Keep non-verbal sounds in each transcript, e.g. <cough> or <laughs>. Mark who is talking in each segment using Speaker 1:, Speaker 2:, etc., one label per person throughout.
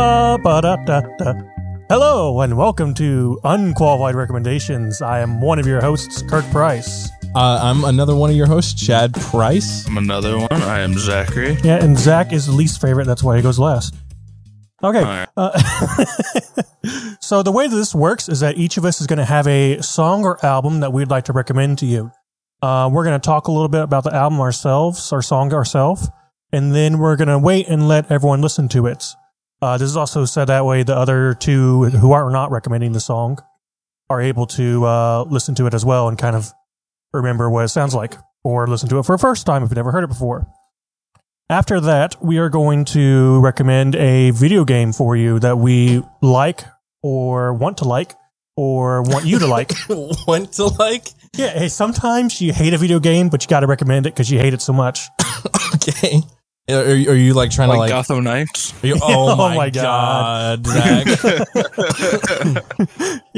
Speaker 1: da, da, da. Hello and welcome to Unqualified Recommendations. I am one of your hosts, Kirk Price.
Speaker 2: Uh, I'm another one of your hosts, Chad <laughs> Price.
Speaker 3: I'm another one. I am Zachary.
Speaker 1: Yeah, and Zach is the least favorite. That's why he goes last. Okay.
Speaker 3: right.
Speaker 1: uh, <laughs> so the way that this works is that each of us is going to have a song or album that we'd like to recommend to you. Uh, we're going to talk a little bit about the album ourselves, our song ourselves, and then we're going to wait and let everyone listen to it. Uh, this is also said that way the other two who are not recommending the song are able to uh, listen to it as well and kind of remember what it sounds like or listen to it for the first time if you've never heard it before. After that, we are going to recommend a video game for you that we like or want to like or want you to like.
Speaker 2: Want to like?
Speaker 1: yeah, hey, sometimes you hate a video game, but you got to recommend it because you hate it so much.
Speaker 2: Okay. Are, are you- are you like trying
Speaker 3: Like,
Speaker 2: to like?
Speaker 3: Gotham Knights.
Speaker 2: <laughs> are you-
Speaker 1: Oh
Speaker 2: oh, my
Speaker 1: my
Speaker 2: god, <laughs> Zach.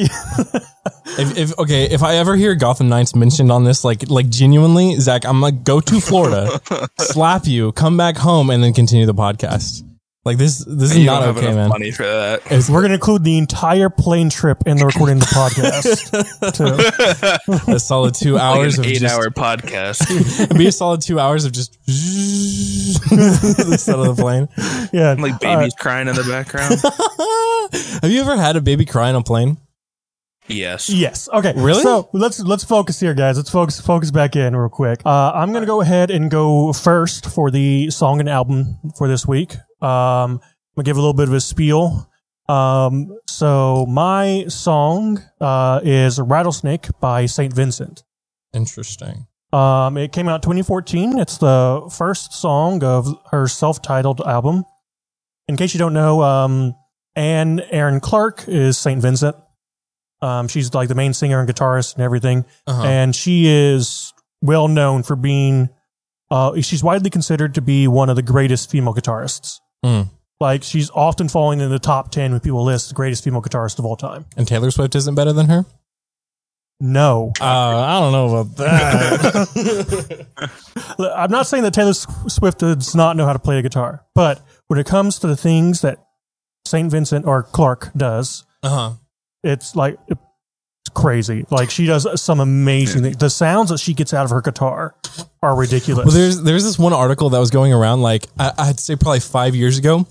Speaker 2: if, if okay, if I ever hear Gotham Knights mentioned on this, like like genuinely, Zach, I'm like go to <laughs> Florida, slap you, come back home, and then continue the podcast. Like this, this is
Speaker 3: you
Speaker 2: not
Speaker 3: don't have
Speaker 2: okay,
Speaker 3: enough
Speaker 2: man.
Speaker 3: money for that.
Speaker 1: We're going to include the entire plane trip in the recording of the podcast. too.
Speaker 2: A solid <laughs> two hours
Speaker 3: Hours
Speaker 2: of
Speaker 3: like an
Speaker 2: just,
Speaker 3: eight-hour
Speaker 2: <laughs>
Speaker 3: podcast.
Speaker 2: it'd be a solid two hours of just <laughs> the set of the plane. <laughs>
Speaker 1: Yeah,
Speaker 3: like
Speaker 1: All right.
Speaker 3: babies crying in the background.
Speaker 2: Have you ever had a baby cry on a plane?
Speaker 1: <laughs>
Speaker 3: yes.
Speaker 1: Yes. Okay.
Speaker 2: Really?
Speaker 1: So let's let's focus here, guys. Let's focus focus back in real quick. Uh, I'm gonna go ahead and go first for the song and album for this week. Um, I'm gonna give a little bit of a spiel. Um, so my song uh, is "Rattlesnake" by Saint Vincent.
Speaker 2: Interesting.
Speaker 1: Um, it came out 2014. It's the first song of her self-titled album. In case you don't know, um, Anne Aaron Clark is Saint Vincent. Um, she's like the main singer and guitarist and everything,
Speaker 2: Uh-huh.
Speaker 1: and she is well known for being. Uh, she's widely considered to be one of the greatest female guitarists.
Speaker 2: Mm.
Speaker 1: Like she's often falling in the top ten when people list the greatest female guitarist of all time.
Speaker 2: and Taylor Swift isn't better than her?
Speaker 1: No,
Speaker 2: Uh, I don't know about that. <laughs>
Speaker 1: I'm not saying that Taylor S- Swift does not know how to play the guitar, but when it comes to the things that St. Vincent or Clark does,
Speaker 2: uh-huh.
Speaker 1: it's like it's crazy. Like she does some amazing things. The sounds that she gets out of her guitar are ridiculous.
Speaker 2: Well, there's there's this one article that was going around like I, I'd say probably five years ago,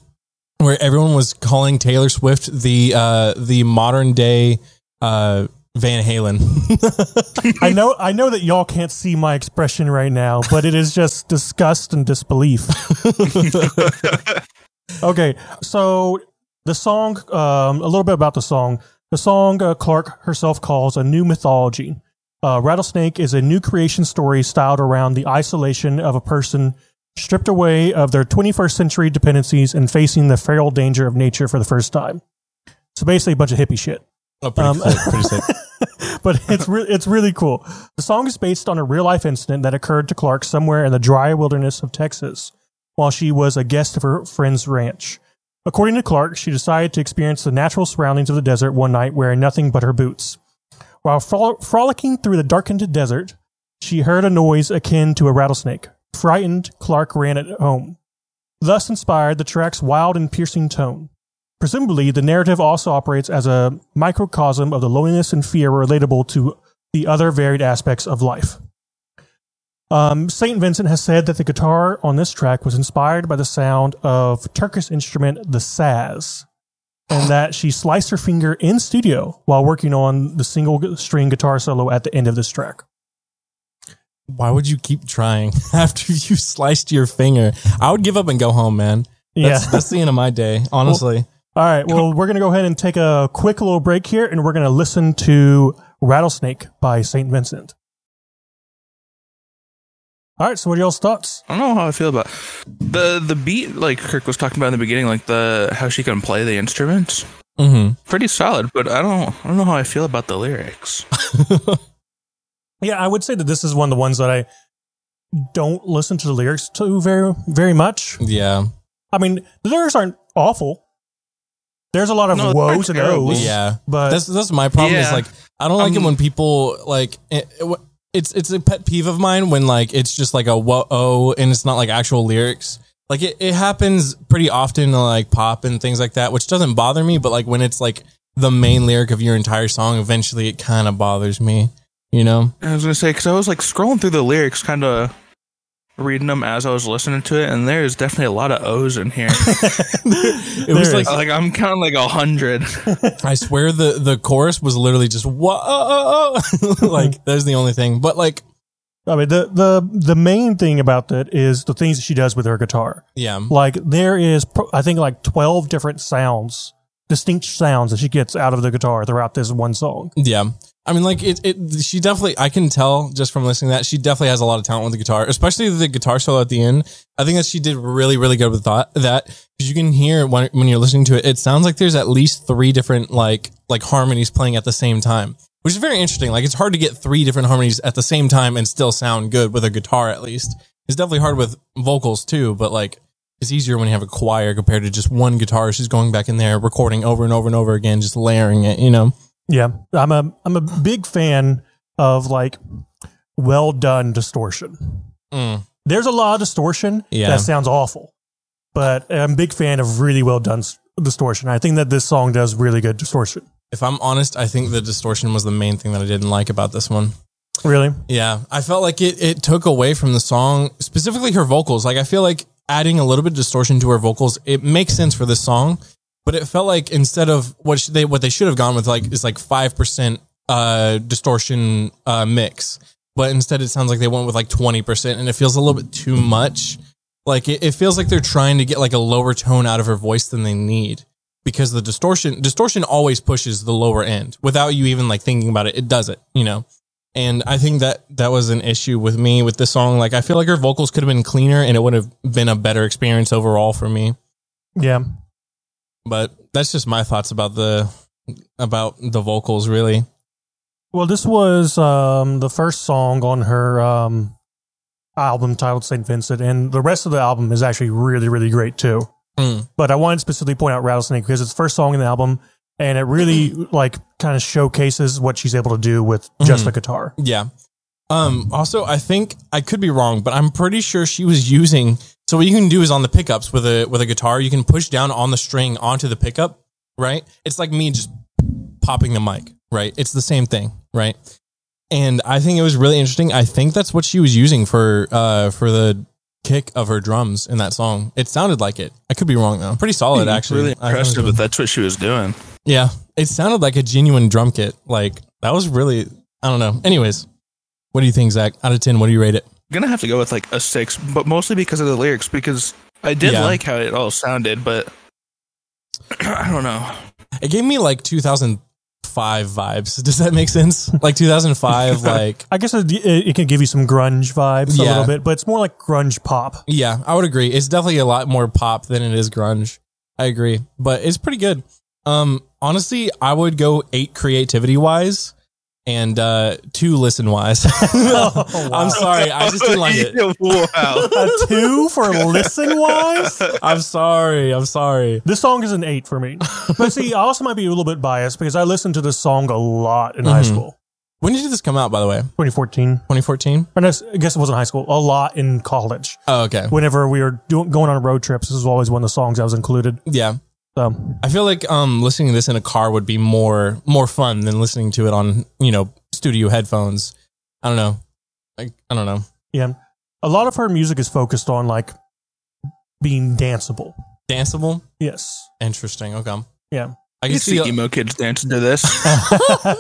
Speaker 2: where everyone was calling Taylor Swift the uh, the modern day uh, Van Halen.
Speaker 1: <laughs>
Speaker 2: <laughs>
Speaker 1: I know, I know that y'all can't see my expression right now, but it is just disgust and disbelief. okay, so the song, um, a little bit about the song. The song uh, Clark herself calls a new mythology. Uh, Rattlesnake is a new creation story styled around the isolation of a person stripped away of their 21st century dependencies and facing the feral danger of nature for the first time. So basically, a bunch of hippie shit
Speaker 2: oh, pretty
Speaker 1: Um,
Speaker 2: sick, pretty sick.
Speaker 1: <laughs> but it's re- it's really cool. The song is based on a real life incident that occurred to Clark somewhere in the dry wilderness of Texas while she was a guest of her friend's ranch. According to Clark, she decided to experience the natural surroundings of the desert one night wearing nothing but her boots. While fro- frolicking through the darkened desert, she heard a noise akin to a rattlesnake. Frightened, Clark ran at home. Thus inspired the track's wild and piercing tone. Presumably, the narrative also operates as a microcosm of the loneliness and fear relatable to the other varied aspects of life. Um, St. Vincent has said that the guitar on this track was inspired by the sound of Turkish instrument the saz, and that she sliced her finger in studio while working on the single string guitar solo at the end of this track.
Speaker 2: Why would you keep trying <laughs> after you sliced your finger? I would give up and go home, man. That's,
Speaker 1: yeah.
Speaker 2: that's the end of my day, honestly.
Speaker 1: All right. Well, we're going to go ahead and take a quick little break here, and we're going to listen to Rattlesnake by St. Vincent. All right. So, what are y'all's thoughts?
Speaker 3: I don't know how I feel about the the beat. Like Kirk was talking about in the beginning, like the how she can play the instruments.
Speaker 2: Mm-hmm.
Speaker 3: Pretty solid, but I don't I don't know how I feel about the lyrics.
Speaker 1: Yeah, I would say that this is one of the ones that I don't listen to the lyrics to very, very much.
Speaker 2: Yeah.
Speaker 1: I mean, the lyrics aren't awful. There's a lot of
Speaker 3: No, they're
Speaker 1: woes and
Speaker 3: terrible.
Speaker 1: ohs.
Speaker 2: Yeah.
Speaker 1: But
Speaker 2: That's <laughs> that's my problem. Is
Speaker 3: Yeah.
Speaker 2: like I don't like it
Speaker 3: Um,
Speaker 2: when people like it, it w- it's it's a pet peeve of mine when like it's just like a whoa oh and it's not like actual lyrics. Like it, it happens pretty often, in, like pop and things like that, which doesn't bother me. But like when it's like the main lyric of your entire song, eventually it kind of bothers me. You know?
Speaker 3: I was gonna say because I was like scrolling through the lyrics, kind of reading them as I was listening to it, and there's definitely a lot of O's in here.
Speaker 2: it was
Speaker 1: There
Speaker 2: like
Speaker 1: is.
Speaker 3: like I'm counting like a hundred.
Speaker 2: I swear the the chorus was literally just whoa, oh, <laughs> like that's the only thing. But like,
Speaker 1: I mean, the, the, the main thing about that is the things that she does with her guitar.
Speaker 2: yeah,
Speaker 1: Like, there is, pro- I think, like 12 different sounds, distinct sounds that she gets out of the guitar throughout this one song.
Speaker 2: yeah. I mean, like it, it. She definitely, I can tell just from listening to that she definitely has a lot of talent with the guitar, especially the guitar solo at the end. I think that she did really, really good with that. That because you can hear when when you're listening to it, it sounds like there's at least three different like like harmonies playing at the same time, which is very interesting. Like it's hard to get three different harmonies at the same time and still sound good with a guitar. At least it's definitely hard with vocals too, but like it's easier when you have a choir compared to just one guitarist who's going back in there recording over and over and over again, just layering it. You know?
Speaker 1: Yeah. I'm a, I'm a big fan of like well done distortion.
Speaker 2: Mm.
Speaker 1: There's a lot of distortion
Speaker 2: Yeah.
Speaker 1: that sounds awful, but I'm a big fan of really well done s- distortion. I think that this song does really good distortion.
Speaker 2: If I'm honest, I think the distortion was the main thing that I didn't like about this one.
Speaker 1: Really?
Speaker 2: Yeah, I felt like it it took away from the song, specifically her vocals. Like I feel like adding a little bit of distortion to her vocals, it makes sense for this song, but it felt like instead of what sh- they what they should have gone with like is like 5% uh distortion uh mix. But instead it sounds like they went with like 20% and it feels a little bit too much. Like it, it feels like they're trying to get like a lower tone out of her voice than they need because the distortion distortion always pushes the lower end without you even like thinking about it. It does it, you know and I think that that was an issue with me with this song. Like I feel like her vocals could have been cleaner, and it would have been a better experience overall for me.
Speaker 1: Yeah.
Speaker 2: But that's just my thoughts about the about the vocals, really.
Speaker 1: Well, this was um, the first song on her um, album titled St. Vincent, and the rest of the album is actually really, really great too.
Speaker 2: Mm.
Speaker 1: But I wanted to specifically point out Rattlesnake because it's the first song in the album, and it really like kind of showcases what she's able to do with just a guitar.
Speaker 2: Yeah. Um. Also, I think I could be wrong, but I'm pretty sure she was using. So what you can do is on the pickups with a with a guitar, you can push down on the string onto the pickup. Right. It's like me just popping the mic. Right. It's the same thing. Right. and I think it was really interesting. I think that's what she was using for uh for the kick of her drums in that song. It sounded like it. I could be wrong though. Pretty solid actually.
Speaker 3: Hmm, really
Speaker 2: I thought Oh, it was
Speaker 3: impressed
Speaker 2: good.
Speaker 3: but that's what she was doing.
Speaker 2: Yeah, it sounded like a genuine drum kit. Like that was really I don't know. Anyways, what do you think, Zach? Out of ten, what do you rate it?
Speaker 3: gonna have to go with like a six, but mostly because of the lyrics. Because I did
Speaker 2: Yeah.
Speaker 3: like how it all sounded, but <clears throat> I don't know.
Speaker 2: It gave me like 2005 vibes. <laughs> Does that make sense? Like 2005, like
Speaker 1: I guess it, it, it can give you some grunge vibes a
Speaker 2: Yeah.
Speaker 1: little bit, but it's more like grunge
Speaker 2: <laughs>
Speaker 1: pop. <laughs>
Speaker 2: Yeah, I would agree. It's definitely a lot more pop than it is grunge. I agree, but it's pretty good. Um, honestly, I would go eight creativity wise and uh, two listen <laughs> wise. I'm sorry, I just didn't like
Speaker 3: <laughs>
Speaker 2: it. <laughs>
Speaker 3: wow.
Speaker 1: A two for listen wise.
Speaker 2: I'm sorry. I'm sorry.
Speaker 1: This song is an eight for me. But see, I also might be a little bit biased because I listened to this song a lot in high
Speaker 2: Mhm.
Speaker 1: school.
Speaker 2: When did this come out? By the way,
Speaker 1: 2014.
Speaker 2: 2014.
Speaker 1: Or no, I guess it wasn't high school. A lot in college.
Speaker 2: Oh, okay.
Speaker 1: Whenever we were doing, going on road trips, this was always one of the songs I was included.
Speaker 2: Yeah,
Speaker 1: So,
Speaker 2: I feel like um, listening to this in a car would be more more fun than listening to it on you know studio headphones. I don't know. Like I don't know.
Speaker 1: yeah. A lot of her music is focused on like being danceable.
Speaker 2: Danceable.
Speaker 1: Yes.
Speaker 2: Interesting. Okay.
Speaker 1: Yeah.
Speaker 2: I can
Speaker 3: You
Speaker 2: see
Speaker 3: see emo kids dancing to this.
Speaker 2: <laughs> yeah,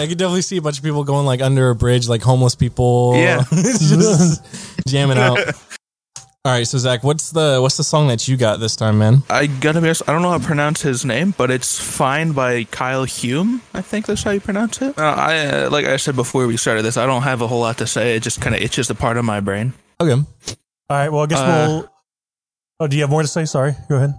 Speaker 2: I could definitely see a bunch of people going like under a bridge, like homeless people.
Speaker 3: Yeah.
Speaker 2: <laughs> just jamming out. All right, so Zach, what's the what's the song that you got this time, man?
Speaker 3: I gotta be honest, I don't know how to pronounce his name, but it's Fine by Kyle Hume. I think that's how you pronounce it. Uh, I uh, like I said before we started this, I don't have a whole lot to say. It just kind of itches the part of my brain.
Speaker 2: Okay,
Speaker 1: All right. Well, I guess
Speaker 3: Uh,
Speaker 1: we'll. Oh, do you have more to say? Sorry. Go ahead.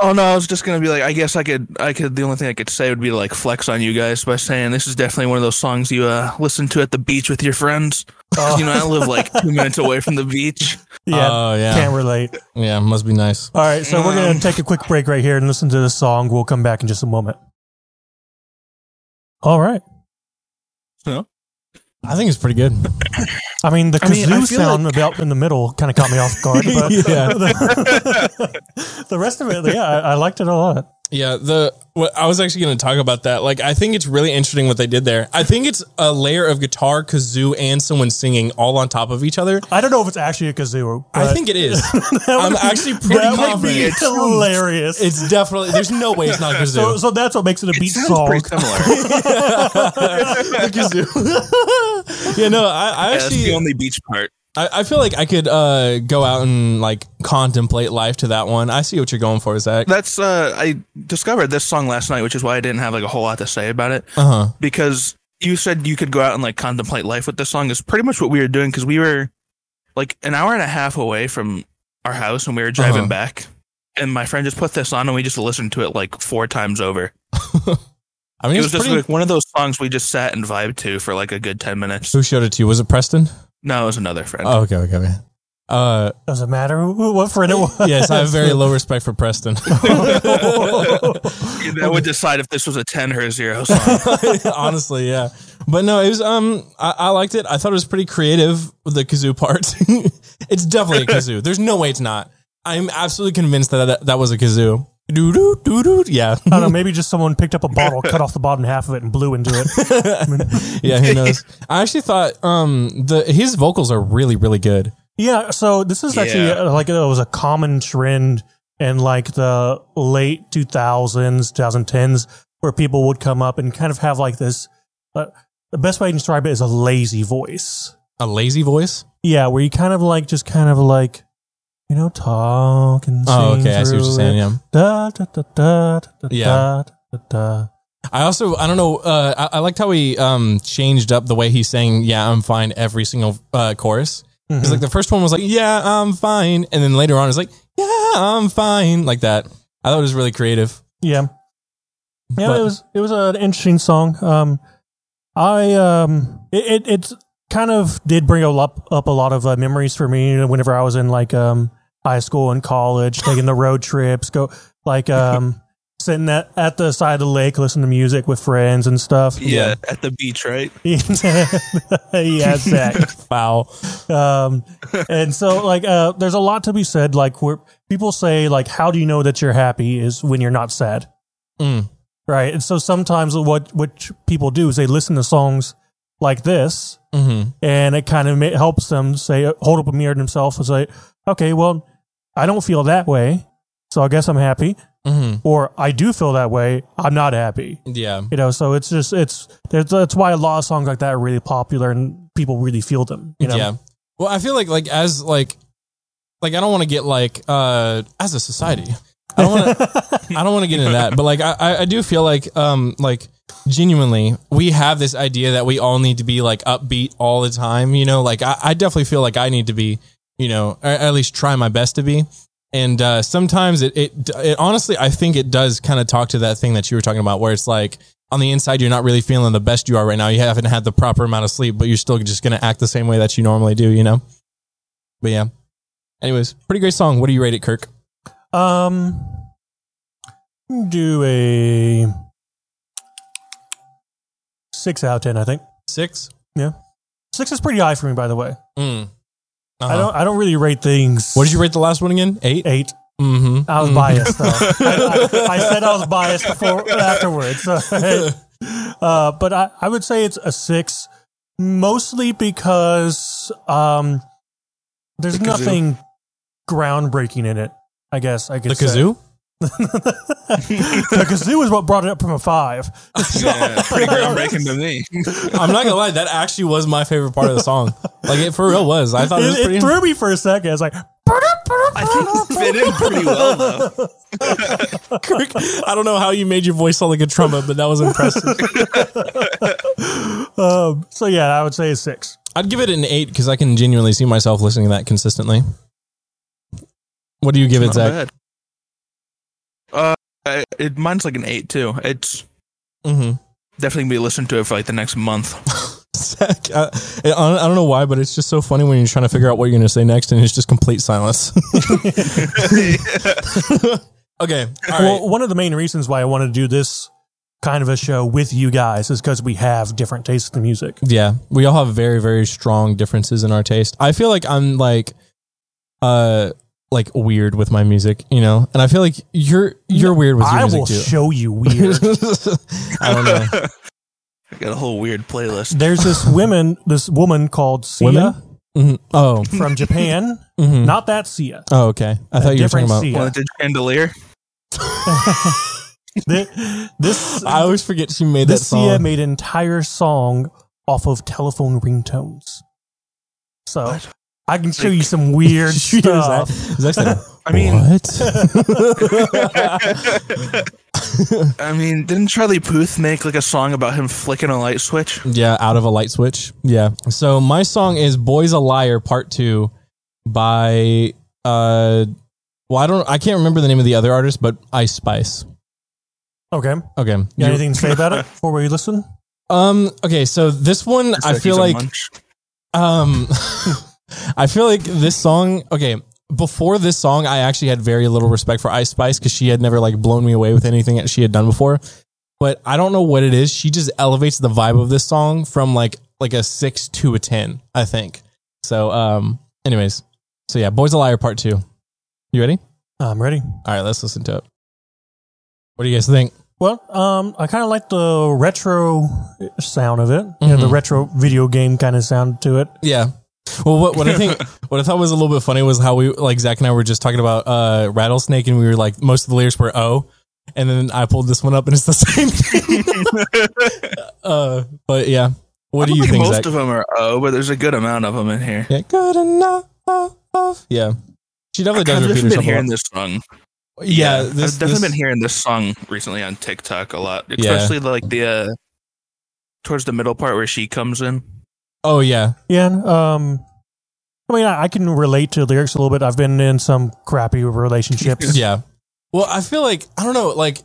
Speaker 3: Oh no, I was just gonna be like, I guess I could, I could. The only thing I could say would be to, like flex on you guys by saying this is definitely one of those songs you uh, listen to at the beach with your friends. 'Cause, <laughs> You know, I live like two minutes away from the <laughs> beach.
Speaker 1: Oh, Yeah.
Speaker 2: Oh yeah,
Speaker 1: Can't relate.
Speaker 2: yeah, must be nice.
Speaker 1: All right, so we're going to
Speaker 3: uh, Um,
Speaker 1: take a quick break right here and listen to this song. We'll come back in just a moment. All right.
Speaker 3: So
Speaker 2: I think it's pretty good.
Speaker 1: I mean, the
Speaker 3: I mean,
Speaker 1: kazoo
Speaker 3: I feel
Speaker 1: sound
Speaker 3: like-
Speaker 1: about in the middle kind of caught me off
Speaker 3: <laughs>
Speaker 1: guard. But
Speaker 2: <laughs> Yeah.
Speaker 1: the, the rest of it, yeah, I, I liked it a lot.
Speaker 2: Yeah, the what I was actually going to talk about that. Like, I think it's really interesting what they did there. I think it's a layer of guitar, kazoo, and someone singing all on top of each other.
Speaker 1: I don't know if it's actually a kazoo.
Speaker 2: I
Speaker 1: but
Speaker 2: think
Speaker 1: <laughs>
Speaker 2: it is. I'm actually pretty
Speaker 1: that would be
Speaker 2: confident.
Speaker 1: hilarious.
Speaker 2: It's definitely. There's no way it's not
Speaker 1: so,
Speaker 2: <laughs> kazoo.
Speaker 1: so that's what makes it a beat
Speaker 3: sounds
Speaker 1: song.
Speaker 3: pretty <laughs> similar.
Speaker 2: kazoo. <laughs> yeah, no. I, I
Speaker 3: Yeah, that's the
Speaker 2: actually.
Speaker 3: only beach part.
Speaker 2: I, I feel like I could uh, go out and like contemplate life to that one. I see what you're going for, Zach.
Speaker 3: That's uh, I discovered this song last night, which is why I didn't have like a whole lot to say about it
Speaker 2: Uh huh.
Speaker 3: because you said you could go out and like contemplate life with this song. Is pretty much what we were doing because we were like an hour and a half away from our house and we were driving
Speaker 2: Uh-huh.
Speaker 3: back. And my friend just put this on and we just listened to it like four times over.
Speaker 2: I mean,
Speaker 3: It
Speaker 2: it
Speaker 3: was just
Speaker 2: pretty,
Speaker 3: like one of those songs we just sat and vibed to for like a good ten minutes.
Speaker 2: who showed it to you? Was it Preston?
Speaker 3: No, it was another friend.
Speaker 2: Oh, okay, okay, okay. Uh,
Speaker 1: Doesn't matter who, what friend it was.
Speaker 2: yes, I have very low respect
Speaker 1: <laughs>
Speaker 2: for Preston. <laughs>
Speaker 3: Yeah, that would decide if this was a ten or a zero <laughs> song.
Speaker 2: Honestly, yeah. But no, it was um I, I liked it. I thought it was pretty creative the kazoo part. <laughs> it's definitely a kazoo. There's no way it's not. I'm absolutely convinced that that, that was a kazoo. Doo doo doo doo. Yeah. <laughs>
Speaker 1: I don't know. Maybe just someone picked up a bottle, cut off the bottom half of it, and blew into
Speaker 2: <laughs>
Speaker 1: it.
Speaker 2: yeah, who knows. I actually thought um the his vocals are really really good.
Speaker 1: Yeah. So this is actually
Speaker 3: Yeah.
Speaker 1: uh, like it was a common trend in like the late 2000s, 2010s, where people would come up and kind of have like this. Uh, the best way to describe it is a lazy voice.
Speaker 2: A lazy voice?
Speaker 1: Yeah, where you kind of like just kind of like you know talk and sing
Speaker 2: Oh, okay. I see what you're
Speaker 1: through
Speaker 2: saying.
Speaker 1: it.
Speaker 2: Yeah.
Speaker 1: Da, da, da, da, da,
Speaker 2: Yeah.
Speaker 1: da, da, da.
Speaker 2: I also I don't know uh, I, I liked how he um changed up the way he sang yeah I'm fine every single uh, chorus. Because like the first one was like yeah I'm fine, and then later on it's like yeah I'm fine like that. I thought it was really creative.
Speaker 1: Yeah. Yeah,
Speaker 2: But-
Speaker 1: it was it was an interesting song. Um, I um, it, it it's kind of did bring a lot, up a lot of uh, memories for me. You know, whenever I was in like um high school and college, taking the road trips, go like
Speaker 2: <laughs>
Speaker 1: um sitting at, at the side of the lake, listening to music with friends and stuff.
Speaker 3: Yeah, at the beach, right?
Speaker 1: <laughs> yeah, Zach.
Speaker 2: Wow.
Speaker 1: Um, and so like uh, there's a lot to be said. Like where people say like, how do you know that you're happy is when you're not sad.
Speaker 2: Mm.
Speaker 1: Right. And so sometimes what what people do is they listen to songs like this,
Speaker 2: Mm-hmm.
Speaker 1: and it kind of ma- helps them say hold up a mirror to themselves and say, okay, well, I don't feel that way, so I guess I'm happy,
Speaker 2: Mm-hmm.
Speaker 1: or I do feel that way, I'm not happy.
Speaker 2: Yeah.
Speaker 1: You know, so it's just it's there's, that's why a lot of songs like that are really popular and people really feel them. You know,
Speaker 2: Yeah. Well, I feel like like as like like I don't want to get like uh as a society. I don't want to. I don't want to get into that, but like I- I, I do feel like um like genuinely we have this idea that we all need to be like upbeat all the time. You know, like I, I definitely feel like I need to be. You know, or at least try my best to be. And uh, sometimes it, it it honestly I think it does kind of talk to that thing that you were talking about where it's like on the inside you're not really feeling the best you are right now. You haven't had the proper amount of sleep, but you're still just going to act the same way that you normally do. You know. But yeah. Anyways, pretty great song. What do you rate it, Kirk?
Speaker 1: <laughs> Um, do a six out of ten, I think.
Speaker 2: Six.
Speaker 1: Six is pretty high for me, by the way.
Speaker 2: Mm.
Speaker 1: I don't. I don't really rate things.
Speaker 2: What did you rate the last one again? Eight.
Speaker 1: Eight.
Speaker 2: Mm-hmm.
Speaker 1: I was
Speaker 2: <laughs>
Speaker 1: biased though. I, I, I said I was biased before afterwards. So, <laughs> uh, but I, I would say it's a six, mostly because um, there's
Speaker 3: The kazoo.
Speaker 1: nothing groundbreaking in it. I guess I could.
Speaker 2: The
Speaker 1: say.
Speaker 2: kazoo.
Speaker 1: the kazoo is what brought it up from a five.
Speaker 3: Yeah, <laughs> pretty groundbreaking to me.
Speaker 2: I'm not gonna lie, that actually was my favorite part of the song. Like it for real was. I thought it was
Speaker 1: It,
Speaker 2: pretty.
Speaker 1: it
Speaker 2: <laughs>
Speaker 1: threw me for a second. I was like,
Speaker 3: I think it fit in pretty well though.
Speaker 2: Kirk, I don't know how you made your voice sound like a trumpet, but that was
Speaker 1: <laughs>
Speaker 2: impressive.
Speaker 1: <laughs> um, so yeah, I would say a six.
Speaker 2: I'd give it an eight because I can genuinely see myself listening to that consistently. What do you give it,
Speaker 1: <laughs>
Speaker 3: Not
Speaker 2: Zach?
Speaker 3: bad. Uh, I- it mine's like an eight too. It's
Speaker 2: Mm-hmm.
Speaker 3: definitely gonna be listened to it for like the next month. <laughs>
Speaker 2: Zach, I, I don't- I don't know why, but it's just so funny when you're trying to figure out what you're gonna say next, and it's just complete silence. <laughs> okay, all right.
Speaker 1: Well, one of the main reasons why I wanted to do this kind of a show with you guys is because we have different tastes in music.
Speaker 2: Yeah, we all have very very strong differences in our taste. I feel like I'm like, uh, like weird with my music, you know, and I feel like you're you're weird with your
Speaker 1: I
Speaker 2: music
Speaker 1: will
Speaker 2: too.
Speaker 1: show
Speaker 2: <laughs>
Speaker 1: you weird. <laughs>
Speaker 2: I don't know.
Speaker 3: I got a whole weird playlist.
Speaker 1: There's this woman, this woman called Sia
Speaker 2: Women? Mhm. Oh,
Speaker 1: from
Speaker 2: <laughs>
Speaker 1: Japan.
Speaker 2: mhm.
Speaker 1: Not that Sia.
Speaker 2: oh, okay. I thought you were talking
Speaker 1: different
Speaker 2: about.
Speaker 1: Sia.
Speaker 3: One that did Chandelier.
Speaker 1: <laughs> Thi- this
Speaker 2: <laughs> I always forget she made that
Speaker 1: this
Speaker 2: song.
Speaker 1: Sia made an entire song off of telephone ringtones. So
Speaker 3: What?
Speaker 1: I can show you some weird
Speaker 2: <laughs> She was
Speaker 1: stuff.
Speaker 2: act- was
Speaker 1: <laughs>
Speaker 2: actually like,
Speaker 3: I mean-
Speaker 2: what?
Speaker 1: <laughs>
Speaker 2: <laughs>
Speaker 3: <laughs> I mean, didn't Charlie Puth make like a song about him flicking a light switch?
Speaker 2: yeah, out of a light switch. Yeah. So my song is "Boys a Liar" Part Two by uh, well, I don't, I can't remember the name of the other artist, but Ice Spice.
Speaker 1: Okay.
Speaker 2: Okay.
Speaker 1: You
Speaker 2: You-
Speaker 1: got anything to say about
Speaker 2: <laughs>
Speaker 1: it before we listen?
Speaker 2: um. Okay. So this one, I
Speaker 3: Just
Speaker 2: feel
Speaker 3: he's
Speaker 2: like
Speaker 3: a munch. <laughs>
Speaker 2: Um, <laughs> I feel like this song. Okay, before this song, I actually had very little respect for Ice Spice because she had never like blown me away with anything that she had done before. But I don't know what it is. She just elevates the vibe of this song from like like a six to a ten. I think. So, um, anyways, so yeah, Boys a Liar Part Two. You ready?
Speaker 1: I'm ready.
Speaker 2: All right, let's listen to it. What do you guys think?
Speaker 1: Well, um, I kind of like the retro sound of it. You know, the
Speaker 2: Mhm.
Speaker 1: retro video game kind of sound to it.
Speaker 2: Yeah. Well, what, what I
Speaker 3: <laughs>
Speaker 2: think, what I thought was a little bit funny was how we, like Zach and I were just talking about uh, rattlesnake, and we were like, most of the lyrics were oh, and then I pulled this one up, and it's the <laughs> same thing. uh, but yeah, <laughs> what
Speaker 3: I
Speaker 2: do
Speaker 3: don't
Speaker 2: you think,
Speaker 3: most
Speaker 2: Zach?
Speaker 3: of them are oh, but there's a good amount of them in here.
Speaker 2: yeah, good enough. Yeah, she definitely does
Speaker 3: I've
Speaker 2: repeat
Speaker 3: definitely been
Speaker 2: herself. a
Speaker 3: hearing
Speaker 2: lot.
Speaker 3: this song.
Speaker 2: yeah,
Speaker 3: I've
Speaker 2: this,
Speaker 3: definitely
Speaker 2: this-
Speaker 3: been hearing this song recently on TikTok a lot,
Speaker 2: Yeah.
Speaker 3: especially like the uh, towards the middle part where she comes in.
Speaker 2: oh yeah,
Speaker 1: Yeah. Um, I mean, I, I can relate to lyrics a little bit. I've been in some crappy relationships.
Speaker 2: yeah. Well, I feel like I don't know. Like,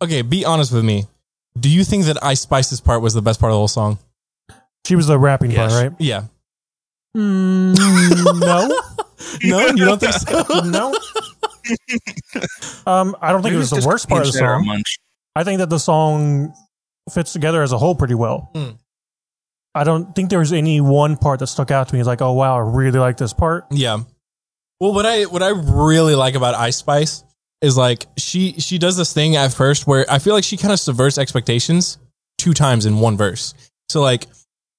Speaker 2: okay, be honest with me. Do you think that Ice Spice's part was the best part of the whole song?
Speaker 1: She was the rapping
Speaker 3: Yes.
Speaker 1: part, right?
Speaker 2: Yeah.
Speaker 3: <laughs>
Speaker 1: Mm, no.
Speaker 2: No, you don't think so?
Speaker 1: no. um, I don't think
Speaker 3: Maybe
Speaker 1: it was
Speaker 3: it's
Speaker 1: the
Speaker 3: just
Speaker 1: worst part of the
Speaker 3: Peach Jam or
Speaker 1: song.
Speaker 3: Munch.
Speaker 1: I think that the song fits together as a whole pretty well.
Speaker 2: Hmm.
Speaker 1: I don't think there was any one part that stuck out to me like, oh wow, I really like this part. <laughs>
Speaker 2: Yeah. Well, what I what I really like about Ice Spice is like she she does this thing at first where I feel like she kind of subverts expectations two times in one verse. So like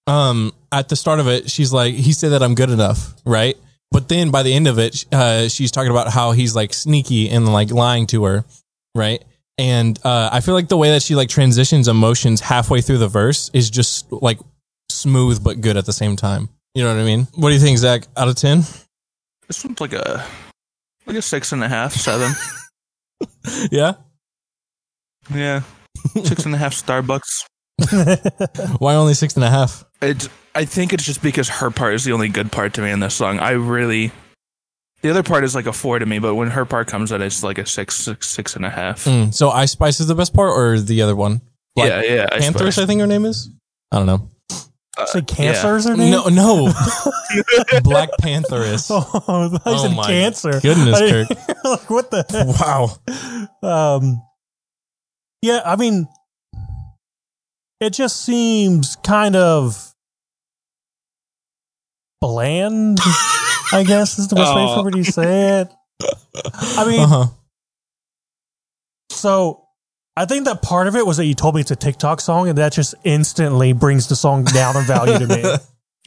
Speaker 2: um at the start of it she's like he said that I'm good enough, right? But then by the end of it uh she's talking about how he's like sneaky and like lying to her, right? And uh I feel like the way that she like transitions emotions halfway through the verse is just like smooth but good at the same time. You know what I mean? What do you think, Zach? Out of 10?
Speaker 3: This one's like a like a six and a half,
Speaker 1: <laughs>
Speaker 3: seven.
Speaker 2: Yeah.
Speaker 3: yeah, <laughs> six and a half Starbucks.
Speaker 2: Why only six and a half?
Speaker 3: It's I think it's just because her part is the only good part to me in this song. I really the other part is like a four to me, but when her part comes in, it's like a six, six, six and a half.
Speaker 2: Mm, so Ice Spice is the best part, or the other one? Like
Speaker 3: yeah, yeah. I
Speaker 2: Panthers,
Speaker 3: suppose.
Speaker 2: I think her name is. I don't know.
Speaker 1: Say cancer is her name?
Speaker 2: Uh, No, no. Black
Speaker 1: <laughs>
Speaker 2: Pantheress.
Speaker 1: Oh, I
Speaker 2: Oh
Speaker 1: said
Speaker 2: my
Speaker 1: cancer.
Speaker 2: Goodness,
Speaker 1: I-
Speaker 2: Kirk.
Speaker 1: <laughs> like what the heck?
Speaker 2: Wow.
Speaker 1: Um, yeah, I mean, it just seems kind of bland. I guess is the best way
Speaker 3: Oh.
Speaker 1: for me to say it. I mean,
Speaker 2: Uh huh.
Speaker 1: so I think that part of it was that you told me it's a TikTok song, and that just instantly brings the song down in value to me.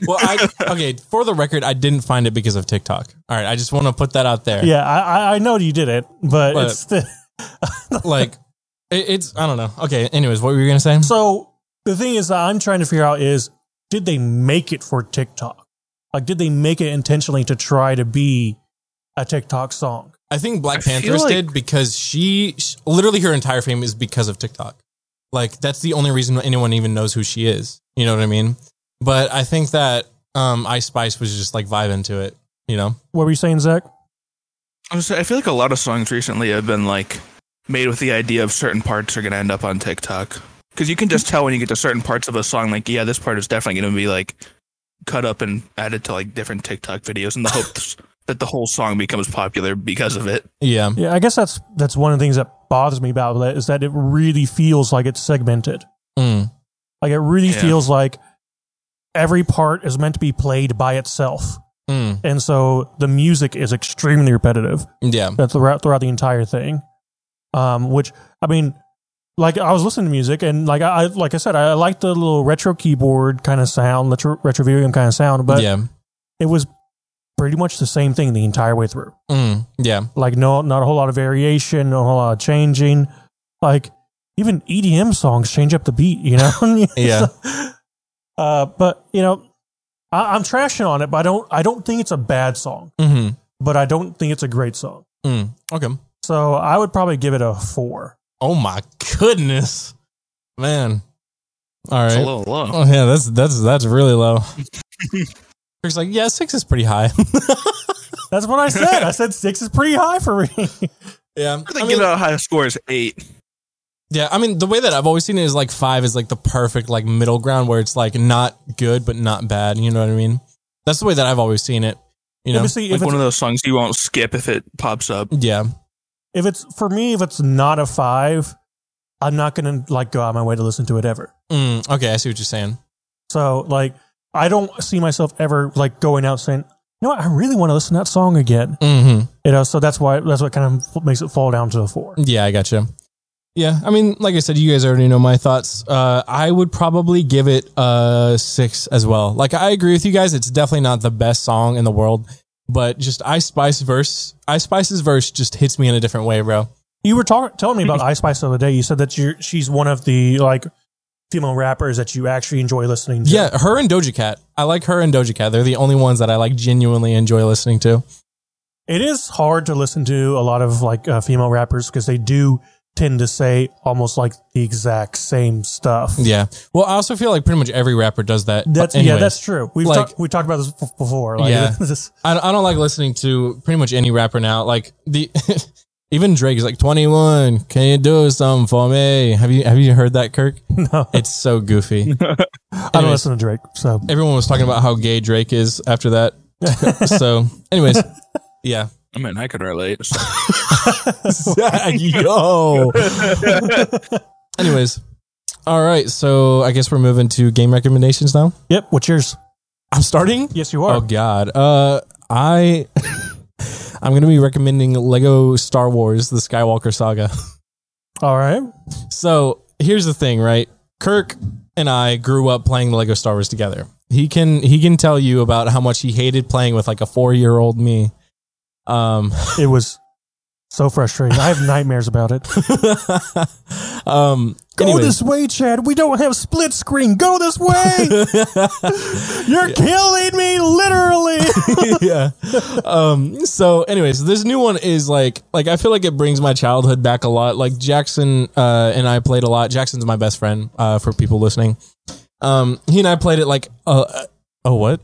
Speaker 2: Well, I, okay. For the record, I didn't find it because of TikTok. All right, I just want to put that out there.
Speaker 1: Yeah, I, I- I know you did it, but,
Speaker 2: But-
Speaker 1: it's the,
Speaker 2: Like, it, it's I don't know. Okay. Anyways, what were you gonna say?
Speaker 1: so the thing is that I'm trying to figure out is did they make it for TikTok? Like, did they make it intentionally to try to be a TikTok song?
Speaker 2: I think Black
Speaker 3: I feel
Speaker 2: Panthers
Speaker 3: like-
Speaker 2: did because she, sh literally her entire fame is because of TikTok. Like that's the only reason anyone even knows who she is. You know what I mean? But I think that um, Ice Spice was just like vibing to it. You know?
Speaker 1: What were you saying, Zach?
Speaker 3: I'm just- I feel like a lot of songs recently have been like made with the idea of certain parts are going to end up on TikTok because you can just tell when you get to certain parts of a song, like yeah, this part is definitely going to be like cut up and added to like different TikTok videos in the hopes that the whole song becomes popular because of it.
Speaker 2: Yeah.
Speaker 1: Yeah, I guess that's that's one of the things that bothers me about that is that it really feels like it's segmented.
Speaker 2: Mm.
Speaker 1: Like it really
Speaker 3: Yeah.
Speaker 1: feels like every part is meant to be played by itself,
Speaker 2: Mm.
Speaker 1: and so the music is extremely repetitive
Speaker 2: Yeah.
Speaker 1: that throughout throughout the entire thing. Um, which I mean, like I was listening to music and like I I- like I said, I liked the little retro keyboard kind of sound, retro retro video game kind of sound, but
Speaker 2: yeah.
Speaker 1: it was pretty much the same thing the entire way through.
Speaker 2: Mm. Yeah.
Speaker 1: Like no, not a whole lot of variation, no whole lot of changing. Like even EDM songs change up the beat, you know.
Speaker 3: <laughs>
Speaker 2: Yeah.
Speaker 1: uh, but you know, I, I'm trashing on it, but I don't. I don't think it's a bad song,
Speaker 2: Mm-hmm.
Speaker 1: but I don't think it's a great song.
Speaker 2: Mm. Okay.
Speaker 1: So I would probably give it a four.
Speaker 2: Oh my goodness, man. All
Speaker 3: It's a
Speaker 2: right.
Speaker 3: little low.
Speaker 2: Oh yeah, that's that's that's really low.
Speaker 3: <laughs>
Speaker 2: Rick's like, yeah, six is pretty high. <laughs>
Speaker 1: That's what I said. I said six is pretty high
Speaker 3: <laughs>
Speaker 1: for me.
Speaker 2: yeah.
Speaker 3: I
Speaker 2: I
Speaker 3: think
Speaker 2: mean,
Speaker 3: give out a high score is eight.
Speaker 2: yeah, I mean the way that I've always seen it is like five is like the perfect like middle ground where it's like not good but not bad. You know what I mean? That's the way that I've always seen it. You know?
Speaker 1: Obviously,
Speaker 3: Like
Speaker 1: if
Speaker 3: one
Speaker 1: it's,
Speaker 3: of those songs you won't skip if it pops up.
Speaker 2: Yeah.
Speaker 1: if it's for me, if it's not a five, I'm not gonna like go out of my way to listen to it ever.
Speaker 2: Mm, okay, I see what you're saying.
Speaker 1: So like I don't see myself ever like going out saying, you know what, I really want to listen to that song again.
Speaker 2: Mm-hmm.
Speaker 1: You know, so that's why that's what kind of makes it fall down to a four.
Speaker 2: Yeah, I gotcha. Yeah, I mean, like I said, you guys already know my thoughts. Uh, I would probably give it a six as well. Like, I agree with you guys. It's definitely not the best song in the world, but just Ice Spice verse, Ice Spice's verse just hits me in a different way, bro.
Speaker 1: You were talking telling me
Speaker 3: <laughs>
Speaker 1: about Ice Spice the other day. You said that you she's one of the like female rappers that you actually enjoy listening to.
Speaker 2: Yeah, her and Doja Cat. I like her and Doja Cat. They're the only ones that I like genuinely enjoy listening to.
Speaker 1: It is hard to listen to a lot of like uh, female rappers because they do tend to say almost like the exact same stuff.
Speaker 2: Yeah. Well, I also feel like pretty much every rapper does that.
Speaker 1: That's yeah,
Speaker 2: Anyways.
Speaker 1: that's true. We've
Speaker 2: Like-
Speaker 1: talked we talked about this bef- before. Like,
Speaker 2: Yeah.
Speaker 1: <laughs> this-
Speaker 2: I, I don't like listening to pretty much any rapper now. Like the <laughs> even Drake is like twenty one. Can you do something for me? Have you have you heard that, Kirk?
Speaker 1: <laughs> no,
Speaker 2: It's
Speaker 1: <laughs>
Speaker 2: so goofy.
Speaker 1: I don't
Speaker 2: anyways.
Speaker 1: listen to Drake. So
Speaker 2: Everyone was talking about how gay Drake is
Speaker 1: <laughs>
Speaker 2: after that. so, anyways, yeah.
Speaker 3: I mean, I could relate.
Speaker 2: Yo. <laughs> anyways, all right. So I guess we're moving to game recommendations now.
Speaker 1: yep. What's yours?
Speaker 2: I'm starting.
Speaker 1: Yes, you are.
Speaker 2: Oh God. Uh, I <laughs> I'm gonna be recommending Lego Star Wars: The Skywalker Saga. <laughs>
Speaker 1: All right.
Speaker 2: So here's the thing, right? Kirk and I grew up playing Lego Star Wars together. He can he can tell you about how much he hated playing with like a four year old me. Um,
Speaker 1: It was so frustrating. I have nightmares about
Speaker 2: <laughs>
Speaker 1: it.
Speaker 2: um. anyways.
Speaker 1: way, Chad. We don't have split screen. Go this
Speaker 2: <laughs>
Speaker 1: way. You're killing me, literally.
Speaker 2: <laughs> yeah. Um, so, anyways, this new one is like, like I feel like it brings my childhood back a lot. Like Jackson uh, and I played a lot. Jackson's my best friend uh, for people listening. Um, he and I played it like, uh, uh, oh what?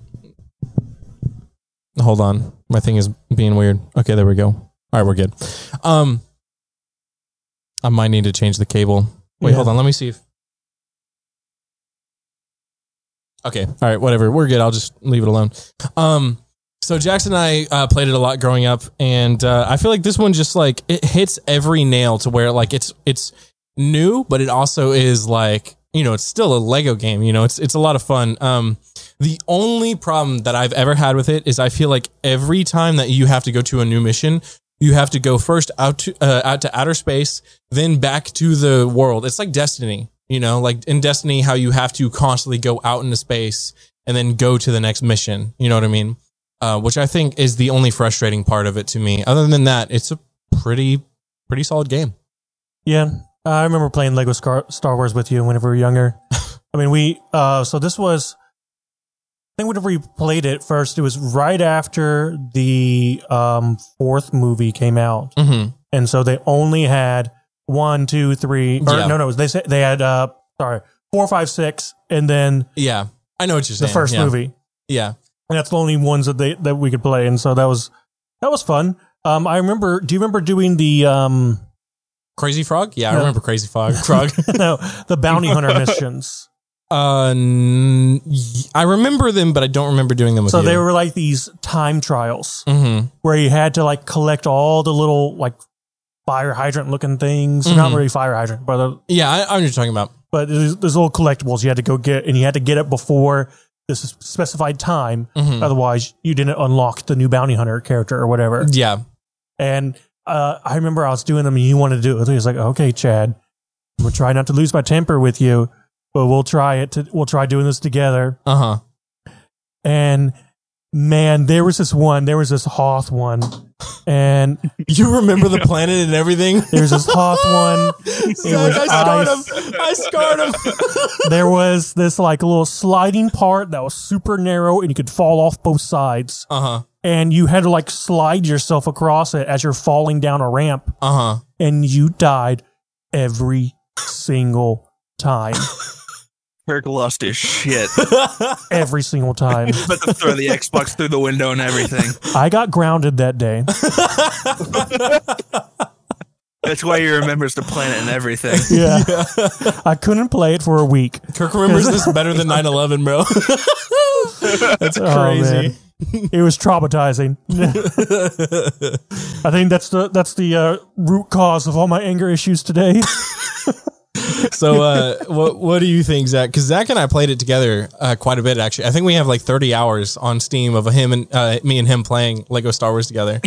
Speaker 2: Hold on, my thing is being weird. Okay, there we go. All right, we're good. Um, I might need to change the cable. Wait,
Speaker 1: Yeah.
Speaker 2: hold on. Let me see if. Okay. All right. Whatever. We're good. I'll just leave it alone. Um, so Jackson and I uh, played it a lot growing up, and uh, I feel like this one just like it hits every nail to where like it's it's new, but it also is like you know it's still a Lego game. You know it's it's a lot of fun. Um, the only problem that I've ever had with it is I feel like every time that you have to go to a new mission, you have to go first out to uh, out to outer space, then back to the world. It's like Destiny, you know, like in Destiny how you have to constantly go out into space and then go to the next mission. You know what I mean? Uh, which I think is the only frustrating part of it to me. Other than that, it's a pretty pretty solid game.
Speaker 1: yeah, I remember playing Lego Scar- Star Wars with you whenever we were younger. <laughs> I mean, we. Uh, so this was. I think whenever we played it first, it was right after the um, fourth movie came out.
Speaker 2: Mm-hmm.
Speaker 1: and so they only had one, two, three. Or
Speaker 2: Yeah.
Speaker 1: No, no, they said they had uh, sorry, four, five, six, and then
Speaker 2: Yeah, I know what you're
Speaker 1: the
Speaker 2: saying.
Speaker 1: first
Speaker 2: yeah.
Speaker 1: movie.
Speaker 2: Yeah.
Speaker 1: And that's the only ones that they that we could play. And so that was that was fun. Um, I remember. Do you remember doing the um,
Speaker 2: Crazy Frog. Yeah, I
Speaker 1: Yeah. <laughs>
Speaker 2: remember Crazy Frog. Frog. <laughs>
Speaker 1: no, the bounty hunter missions?
Speaker 2: Uh, n- I remember them, but I don't remember doing them with
Speaker 1: So
Speaker 2: you.
Speaker 1: they were like these time trials
Speaker 2: Mhm.
Speaker 1: where you had to like collect all the little like fire hydrant looking things. Not
Speaker 2: Mhm.
Speaker 1: really fire hydrant, but uh,
Speaker 2: Yeah, I, I know what you're talking about.
Speaker 1: but there's, there's little collectibles you had to go get, and you had to get it before this specified time.
Speaker 2: Mhm.
Speaker 1: Otherwise, you didn't unlock the new bounty hunter character or whatever.
Speaker 2: Yeah.
Speaker 1: And uh, I remember I was doing them, and you wanted to do it. with me. He was like, "Okay, Chad, we'll try not to lose my temper with you, but we'll try it. To, we'll try doing this together."
Speaker 2: Uh huh.
Speaker 1: And man, there was this one. There was this Hoth one, and
Speaker 2: You remember <laughs> the planet and everything.
Speaker 1: there's this
Speaker 2: <laughs>
Speaker 1: Hoth one.
Speaker 2: It's
Speaker 1: It
Speaker 2: like,
Speaker 1: was
Speaker 2: I scarred
Speaker 1: ice.
Speaker 2: him. <laughs> I scarred him.
Speaker 1: There was this like little sliding part that was super narrow, and you could fall off both sides.
Speaker 2: Uh huh.
Speaker 1: and you had to like slide yourself across it as you're falling down a ramp
Speaker 2: Uh huh.
Speaker 1: and you died every single time
Speaker 3: Kirk lost his shit.
Speaker 2: Uh-huh.
Speaker 1: every single time
Speaker 3: but to throw the Xbox through the window and everything.
Speaker 1: i got grounded that
Speaker 2: <laughs>
Speaker 1: day
Speaker 3: That's why he remembers the planet and everything.
Speaker 1: yeah, i couldn't play it for a week <laughs>
Speaker 2: Kirk remembers this better than 9 11, bro. That's
Speaker 1: Oh,
Speaker 2: <laughs> crazy.
Speaker 1: man. it was traumatizing i think that's the that's the uh, root cause of all my anger issues today
Speaker 2: <laughs>
Speaker 1: <laughs>
Speaker 2: so, uh, what what do you think, Zach? Because Zach and I played it together uh, quite a bit, actually. I think we have like 30 hours on Steam of him and uh, me and him playing Lego Star Wars <laughs> together.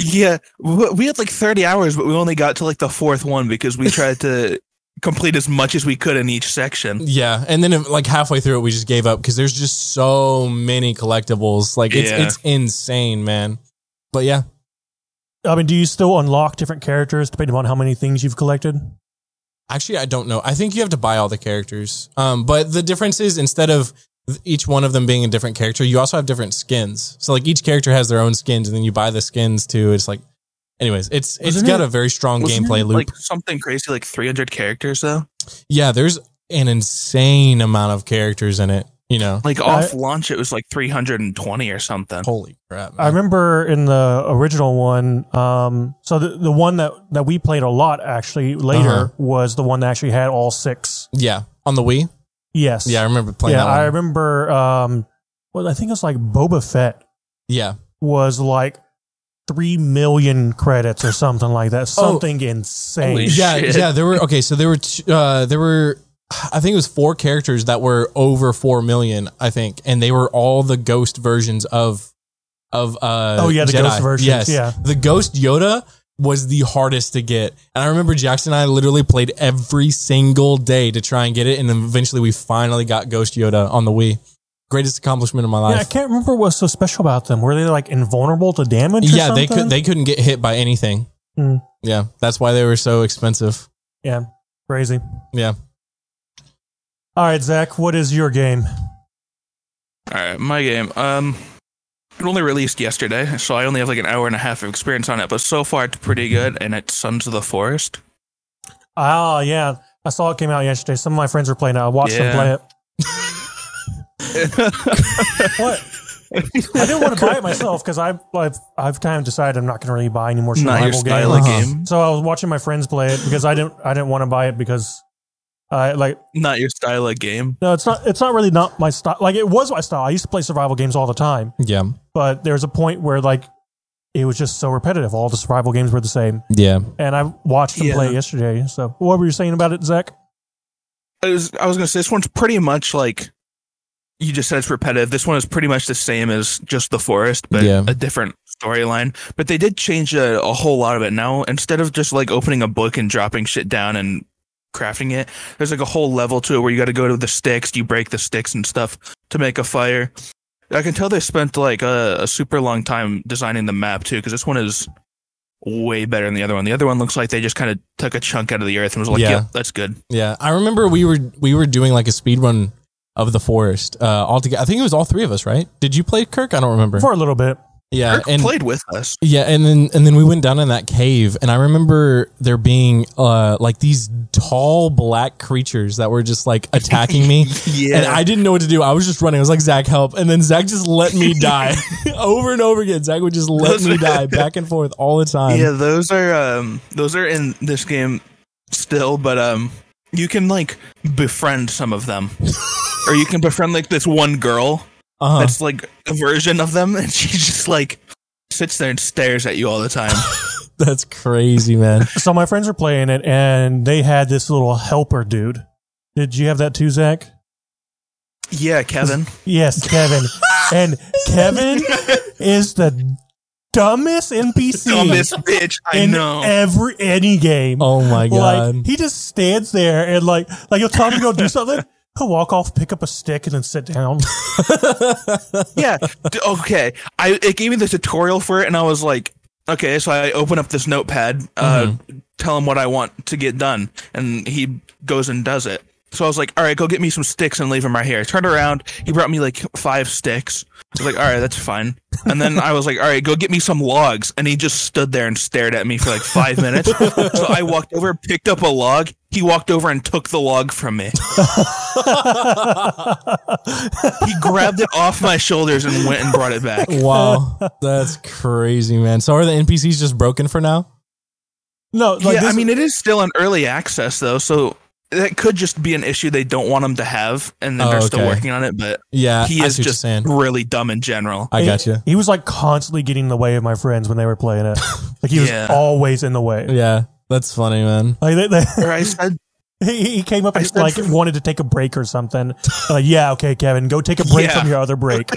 Speaker 3: Yeah, w- we had like 30 hours, but we only got to like the fourth one because we tried
Speaker 2: <laughs>
Speaker 3: to complete as much as we could in each section.
Speaker 2: Yeah, and then like halfway through it, we just gave up because there's just so many collectibles. Like it's
Speaker 3: Yeah.
Speaker 2: it's insane, man. But yeah,
Speaker 1: i mean do you still unlock different characters depending on how many things you've collected
Speaker 2: actually, I don't know. I think you have to buy all the characters. Um, but the difference is instead of th- each one of them being a different character, you also have different skins. So like each character has their own skins, and then you buy the skins too. It's like, anyways, it's it's
Speaker 3: Wasn't
Speaker 2: got
Speaker 3: it-
Speaker 2: a very strong
Speaker 3: Wasn't
Speaker 2: gameplay
Speaker 3: it,
Speaker 2: loop.
Speaker 3: Like something crazy, like 300 characters though.
Speaker 2: yeah, there's an insane amount of characters in it. You know,
Speaker 3: Like
Speaker 1: I-
Speaker 3: off launch, it was like 320 or something.
Speaker 2: holy crap!
Speaker 1: I
Speaker 2: man.
Speaker 1: remember in the original one. Um, so the, the one that, that we played a lot actually later
Speaker 2: Uh-huh.
Speaker 1: was the one that actually had all six.
Speaker 2: yeah, on the Wii.
Speaker 1: Yes.
Speaker 2: Yeah, I remember playing.
Speaker 1: yeah.
Speaker 2: that one.
Speaker 1: I remember. Um, well, I think it was like Boba Fett
Speaker 2: yeah.
Speaker 1: was like three million credits or something like
Speaker 2: Oh.
Speaker 1: that. Something
Speaker 3: Holy
Speaker 1: insane.
Speaker 2: <laughs>
Speaker 3: sh-
Speaker 2: yeah,
Speaker 3: shit.
Speaker 2: yeah. There were okay. So there were t- uh, there were I think it was four characters that were over four million. I think, and they were all the ghost versions of of uh
Speaker 1: Oh, yeah, the
Speaker 2: Jedi.
Speaker 1: ghost versions,
Speaker 2: Yes,
Speaker 1: yeah.
Speaker 2: the ghost Yoda was the hardest to get, and I remember Jackson and I literally played every single day to try and get it, and then eventually we finally got Ghost Yoda on the Wii. Greatest accomplishment of my
Speaker 1: Yeah, I
Speaker 2: life.
Speaker 1: can't remember what's so special about them. Were they like invulnerable to damage? or
Speaker 2: Yeah, they
Speaker 1: something?
Speaker 2: could they couldn't get hit by anything.
Speaker 1: Hmm.
Speaker 2: Yeah, that's why they were so expensive.
Speaker 1: yeah, crazy.
Speaker 2: Yeah.
Speaker 1: All right, Zach, what is your game?
Speaker 3: All right, my game. Um, it only released yesterday, so I only have like an hour and a half of experience on it. But so far, it's pretty good, and it's Sons of the Forest. <laughs>
Speaker 1: Ah, yeah. I saw it came out yesterday. Some of my friends were playing it. I watched them
Speaker 3: Yeah.
Speaker 1: play it. What? I didn't want to
Speaker 3: <laughs>
Speaker 1: buy it myself because I've, I've, I've kind of decided I'm not going to really buy any more
Speaker 3: Not your
Speaker 1: survival
Speaker 3: style
Speaker 1: games.
Speaker 3: of
Speaker 2: Uh-huh.
Speaker 3: game.
Speaker 1: So I was watching my friends play it because I didn't I didn't want to buy it because I like
Speaker 3: Not your style of game.
Speaker 1: no it's not it's not really not my style like it was my style I used to play survival games all the time
Speaker 2: Yeah.
Speaker 1: but there was a point where like it was just so repetitive all the survival games were the same
Speaker 2: Yeah.
Speaker 1: and I watched them
Speaker 3: Yeah.
Speaker 1: play it yesterday so what were you saying about it Zach
Speaker 3: I was, I was gonna say this one's pretty much like you just said it's repetitive. This one is pretty much the same as just the forest, but
Speaker 2: Yeah.
Speaker 3: a different storyline. But they did change a, a whole lot of it now. Instead of just like opening a book and dropping shit down and crafting it, there's like a whole level to it where you got to go to the sticks, you break the sticks and stuff to make a fire. I can tell they spent like a, a super long time designing the map too, because this one is way better than the other one. The other one looks like they just kind of took a chunk out of the earth and was like,
Speaker 2: Yeah.
Speaker 3: "Yep, that's good."
Speaker 2: Yeah, I remember we were we were doing like a speed run of the forest uh, all together. I think it was all three of us, right? Did you play Kirk? I don't remember.
Speaker 1: for a little bit
Speaker 2: yeah,
Speaker 3: Kirk
Speaker 2: and
Speaker 3: played with us.
Speaker 2: yeah, and then and then we went down in that cave, and I remember there being uh, like these tall black creatures that were just like attacking me.
Speaker 3: <laughs> Yeah.
Speaker 2: And I didn't know what to do. I was just running. I was like, Zach, help. And then Zach just let
Speaker 3: <laughs>
Speaker 2: me die <laughs> over and over again. Zach would just let
Speaker 3: Those
Speaker 2: me
Speaker 3: were-
Speaker 2: die back and forth all the time.
Speaker 3: yeah, those are um those are in this game still, but um you can like befriend some of
Speaker 2: <laughs>
Speaker 3: them, or you can befriend like this one girl
Speaker 2: Uh huh.
Speaker 3: that's like a version of them, and she <laughs> just like sits there and stares at you all
Speaker 2: <laughs>
Speaker 3: the time.
Speaker 2: <laughs> That's crazy, man.
Speaker 1: So my friends were playing it, and they had this little helper dude. Did you have that too, Zach?
Speaker 3: yeah, <laughs> Kevin.
Speaker 1: Yes, Kevin. and Kevin is the dumbest NPC
Speaker 2: <laughs>
Speaker 3: Dumbest bitch. I
Speaker 1: in
Speaker 3: know.
Speaker 1: every any game.
Speaker 2: Oh my god.
Speaker 1: Like he just stands there and like like he'll tell him to go do something. He'll walk off, pick up a stick, and then sit down.
Speaker 3: <laughs> yeah. D- Okay. I it gave me the tutorial for it, and I was like, okay. So I open up this notepad, uh, tell him what I want to get done, and he goes and does it. So I was like, all right, go get me some sticks and leave them right here. I turned around. He brought me like five sticks. I was like, all right, that's fine. And then I was like, all right, go get me some logs. And he just stood there and stared at me for like five minutes. so I walked over, picked up a log. He walked over and took the log from me. he grabbed it off my shoulders and went and brought it back. <laughs>
Speaker 2: wow. That's crazy, man. So are the NPCs just broken for now?
Speaker 1: No, like
Speaker 3: yeah,
Speaker 1: this,
Speaker 3: I mean, it is still an early access though, so that could just be an issue they don't want him to have, and then
Speaker 2: Oh,
Speaker 3: they're still
Speaker 2: okay.
Speaker 3: working on it. But
Speaker 2: Yeah.
Speaker 3: he
Speaker 2: I
Speaker 3: is
Speaker 2: see what you're
Speaker 3: just
Speaker 2: saying.
Speaker 3: really dumb in general.
Speaker 2: I
Speaker 1: he-
Speaker 2: got you.
Speaker 1: He was like constantly getting in the way of my friends when they were playing
Speaker 3: <laughs>
Speaker 1: it. Like he was
Speaker 3: Yeah.
Speaker 1: always in the way.
Speaker 2: Yeah. That's funny,
Speaker 3: <laughs>
Speaker 2: man.
Speaker 1: Like they, they,
Speaker 3: or I said,
Speaker 1: <laughs> He, he came up
Speaker 3: I
Speaker 1: and
Speaker 3: said <laughs>
Speaker 1: like
Speaker 3: for-
Speaker 1: wanted to take a break or something. like, yeah, okay, Kevin, go take a break
Speaker 3: Yeah.
Speaker 1: from your other
Speaker 3: <laughs>
Speaker 1: break.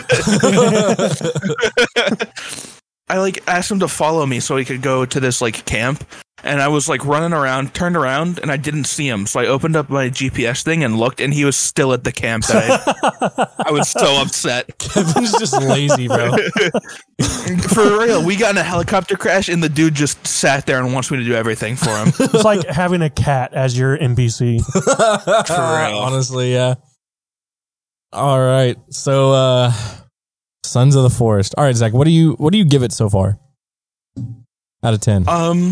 Speaker 3: I like asked him to follow me so he could go to this like camp, and I was like running around, turned around, and I didn't see him. So I opened up my GPS thing and looked, and he was still at the camp. That I, I was so
Speaker 2: <laughs>
Speaker 3: upset.
Speaker 2: Kevin's just lazy,
Speaker 3: <laughs>
Speaker 2: bro.
Speaker 3: For real, we got in a helicopter crash, and the dude just sat there and wants me to do everything for him.
Speaker 1: <laughs> it's like having a cat as your NPC.
Speaker 3: real.
Speaker 2: Honestly, yeah. All right. So uh Sons of the Forest. All right, Zach, what do you what do you give it so far? Out of ten.
Speaker 3: Um,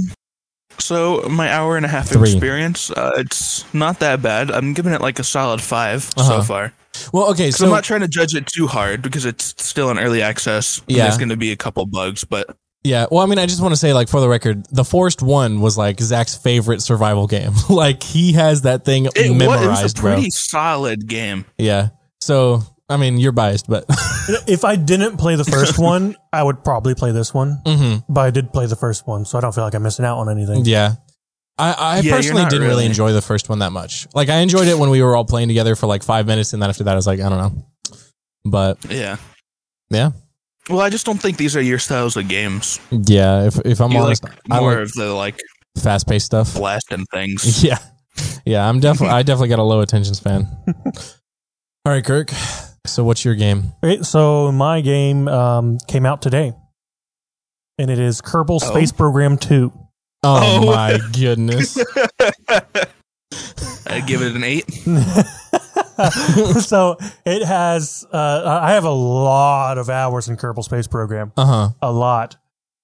Speaker 3: so my hour and a half
Speaker 2: Three.
Speaker 3: experience, uh, it's not that bad. I'm giving it like a solid 5
Speaker 2: Uh-huh.
Speaker 3: so far.
Speaker 2: well, okay,
Speaker 3: So
Speaker 2: so
Speaker 3: I'm not trying to judge it too hard because it's still an early access. and
Speaker 2: Yeah.
Speaker 3: there's going to be a couple bugs, but
Speaker 2: Yeah, well, I mean, I just want to say, like, for the record, the Forest One was like Zach's favorite survival game. <laughs> like, he has that thing
Speaker 3: it, wa- it was
Speaker 2: memorized,
Speaker 3: a
Speaker 2: bro.
Speaker 3: pretty solid game.
Speaker 2: Yeah. So, I mean, you're biased, but <laughs>
Speaker 1: if I didn't play the
Speaker 3: <laughs>
Speaker 1: first one, I would probably play this one.
Speaker 3: Mm-hmm.
Speaker 2: Mhm.
Speaker 1: But I did play the first one, so I don't feel like I'm missing out on anything.
Speaker 2: yeah. I, I
Speaker 3: Yeah, you're
Speaker 2: personally
Speaker 3: not
Speaker 2: didn't really.
Speaker 3: really.
Speaker 2: enjoy the first one that much. Like, I enjoyed it when we were all playing together for like five minutes, and then after that, I was like, I don't know. But
Speaker 3: Yeah.
Speaker 2: Yeah.
Speaker 3: Well, I just don't think these are your styles of games.
Speaker 2: yeah, if if I'm
Speaker 3: You
Speaker 2: honest, I
Speaker 3: More
Speaker 2: like
Speaker 3: of the like
Speaker 2: fast paced stuff. <laughs>
Speaker 3: blasting things.
Speaker 2: Yeah, yeah, I'm definitely I definitely got a low attention
Speaker 3: <laughs>
Speaker 2: span. all right, Kirk. So, what's your game?
Speaker 1: Right, so my game um, came out today, and it is Kerbal
Speaker 3: Oh.
Speaker 1: Space Program Two.
Speaker 2: Oh,
Speaker 3: Oh.
Speaker 2: my
Speaker 3: <laughs>
Speaker 2: goodness.
Speaker 3: I'd give it an eight.
Speaker 1: <laughs> so it has. Uh, I have a lot of hours in Kerbal Space Program.
Speaker 2: Uh huh.
Speaker 1: a lot.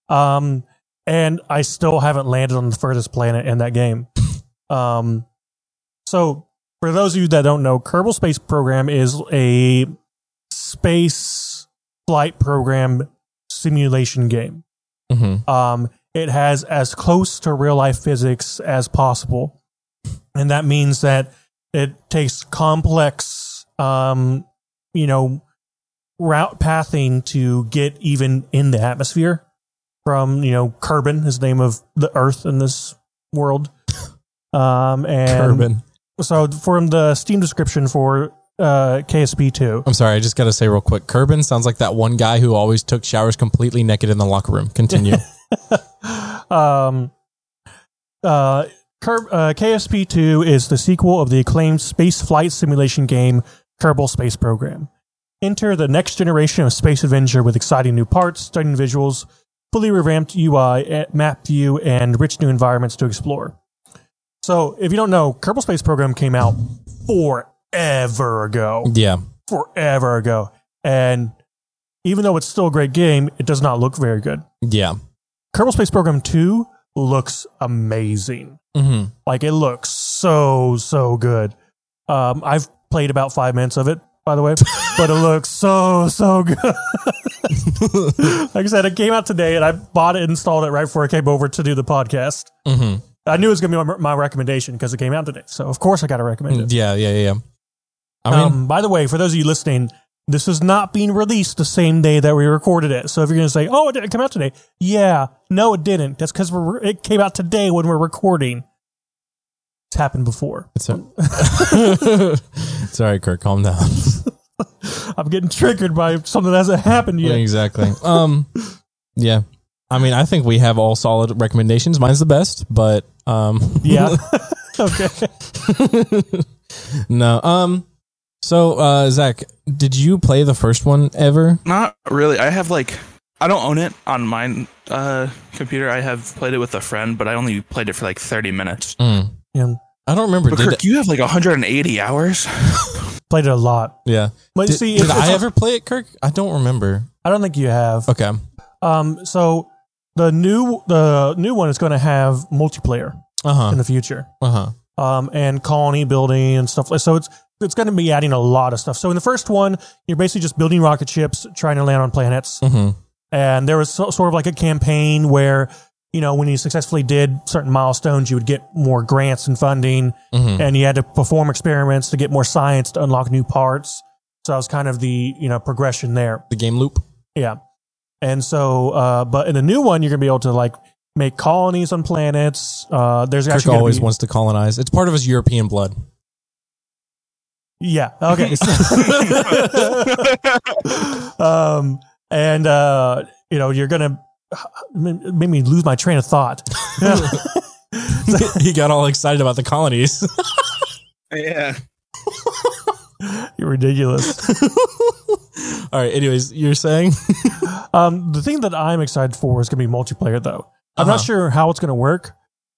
Speaker 1: Um, and I still haven't landed on the furthest planet in that game. Um, so for those of you that don't know, Kerbal Space Program is a space flight program simulation game.
Speaker 2: Mm-hmm.
Speaker 1: Um, it has as close to real life physics as possible. And that means that it takes complex, um, you know, route pathing to get even in the atmosphere from, you know, Kerbin, his name of the Earth in this world. <laughs> Um, and
Speaker 2: Kerbin.
Speaker 1: so from the Steam description for uh, KSP2,
Speaker 2: I'm sorry, I just got to say real quick. Kerbin sounds like that one guy who always took showers completely naked in the locker room. Continue.
Speaker 1: um, uh, Kerb, uh, KSP2 is the sequel of the acclaimed space flight simulation game Kerbal Space Program. Enter the next generation of space adventure with exciting new parts, stunning visuals, fully revamped UI, eh, map view, and rich new environments to explore. So, if you don't know, Kerbal Space Program came out forever ago
Speaker 2: <laughs> yeah.
Speaker 1: forever ago. And even though it's still a great game, it does not look very good.
Speaker 2: Yeah.
Speaker 1: Kerbal Space Program 2 looks amazing.
Speaker 2: hmm
Speaker 1: Like it looks so, so good. Um, I've played about five minutes of it, by the way, but it looks so, so good. <laughs> like I said, it came out today and I bought it, installed it right before I came over to do the podcast.
Speaker 2: hmm
Speaker 1: I knew it was going to be my, my recommendation because it came out today. So, of course, I got to recommend it.
Speaker 2: Yeah, yeah, yeah. yeah. I mean,
Speaker 1: um, by the way, for those of you listening, this is not being released the same day that we recorded it. So if you're going to say, "Oh, it didn't come out today," yeah, no, it didn't. That's because it came out today when we're recording. It's happened before.
Speaker 2: it's, a- <laughs> it's all right, Kirk. Calm down. <laughs>
Speaker 1: I'm getting triggered by something that hasn't happened yet.
Speaker 2: Exactly. Um, yeah. I mean, I think we have all solid recommendations. Mine's the best, but um,
Speaker 1: <laughs> Yeah. <laughs> okay.
Speaker 2: <laughs> no. Um, so uh, Zach, did you play the first one ever?
Speaker 3: Not really. I have like I don't own it on my uh, computer. I have played it with a friend, but I only played it for like 30 minutes.
Speaker 2: Mm.
Speaker 1: Yeah.
Speaker 2: I don't remember.
Speaker 3: But
Speaker 2: Did
Speaker 3: Kirk, you have like 180 hours.
Speaker 1: Played it a lot.
Speaker 2: yeah.
Speaker 1: But
Speaker 2: Did,
Speaker 1: see,
Speaker 2: did
Speaker 1: it's-
Speaker 2: I
Speaker 1: it's-
Speaker 2: ever play it, Kirk? I don't remember.
Speaker 1: I don't think you have.
Speaker 2: Okay.
Speaker 1: Um, so the new the new one is going to have multiplayer
Speaker 2: Uh huh.
Speaker 1: in the future.
Speaker 2: Uh huh.
Speaker 1: um, and colony building and stuff. like So it's it's going to be adding a lot of stuff. So in the first one, you're basically just building rocket ships, trying to land on planets.
Speaker 2: hmm
Speaker 1: And there was so, sort of like a campaign where you know when you successfully did certain milestones, you would get more grants and funding,
Speaker 2: hmm
Speaker 1: and you had to perform experiments to get more science to unlock new parts. So that was kind of the you know progression there.
Speaker 2: The game loop.
Speaker 1: Yeah. And so, uh, but in the new one, you're going to be able to like make colonies on planets. Uh, there's
Speaker 2: Kirk
Speaker 1: actually gonna
Speaker 2: always
Speaker 1: be-
Speaker 2: wants to colonize. It's part of his European blood.
Speaker 1: Yeah.
Speaker 2: <laughs>
Speaker 1: Okay. <laughs> um, and uh, you know, you're gonna made me lose my train of thought. <laughs>
Speaker 2: he got all excited about the colonies. <laughs>
Speaker 3: Yeah.
Speaker 1: You're ridiculous.
Speaker 2: all right. Anyways,
Speaker 1: <laughs>
Speaker 2: you're saying?
Speaker 1: Um, the thing that I'm excited for is gonna be multiplayer, though. I'm not
Speaker 2: Uh-huh.
Speaker 1: sure how it's gonna work,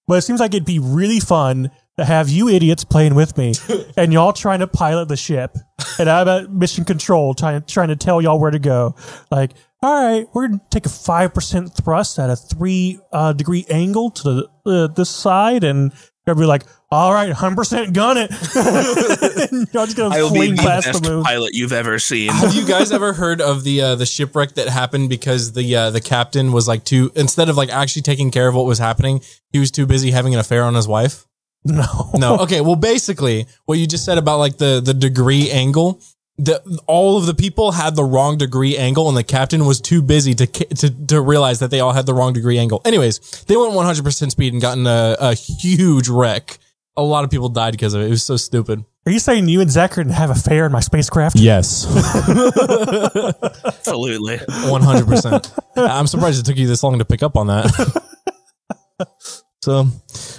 Speaker 1: but it seems like it'd be really fun to have you idiots playing with
Speaker 3: <laughs>
Speaker 1: me and y'all trying to pilot the ship, and I'm at mission control trying trying to tell y'all where to go. Like, all right, we're gonna take a five percent thrust at a three uh, degree angle to the uh, this side, and you'll be like, all right, hundred percent gun it. <laughs> and y'all just gonna
Speaker 3: I will be
Speaker 1: fling
Speaker 3: the
Speaker 1: past
Speaker 3: best
Speaker 1: the moon.
Speaker 3: pilot you've ever seen.
Speaker 2: Have you guys ever heard of the uh, the shipwreck that happened because the uh, the captain was like too instead of like actually taking care of what was happening, he was too busy having an affair on his wife?
Speaker 1: <laughs> No,
Speaker 2: No. <laughs> Okay, well basically what you just said about like the the degree angle, the all of the people had the wrong degree angle and the captain was too busy to ca- to to realize that they all had the wrong degree angle. Anyways, they went 100% speed and gotten a, a huge wreck. A lot of people died because of it. It was so stupid.
Speaker 1: are you saying you and Zachary have a fair in my spacecraft?
Speaker 2: Yes.
Speaker 1: <laughs>
Speaker 3: Absolutely.
Speaker 2: <laughs> One hundred percent. I'm surprised it took you this long to pick up on that. <laughs> so,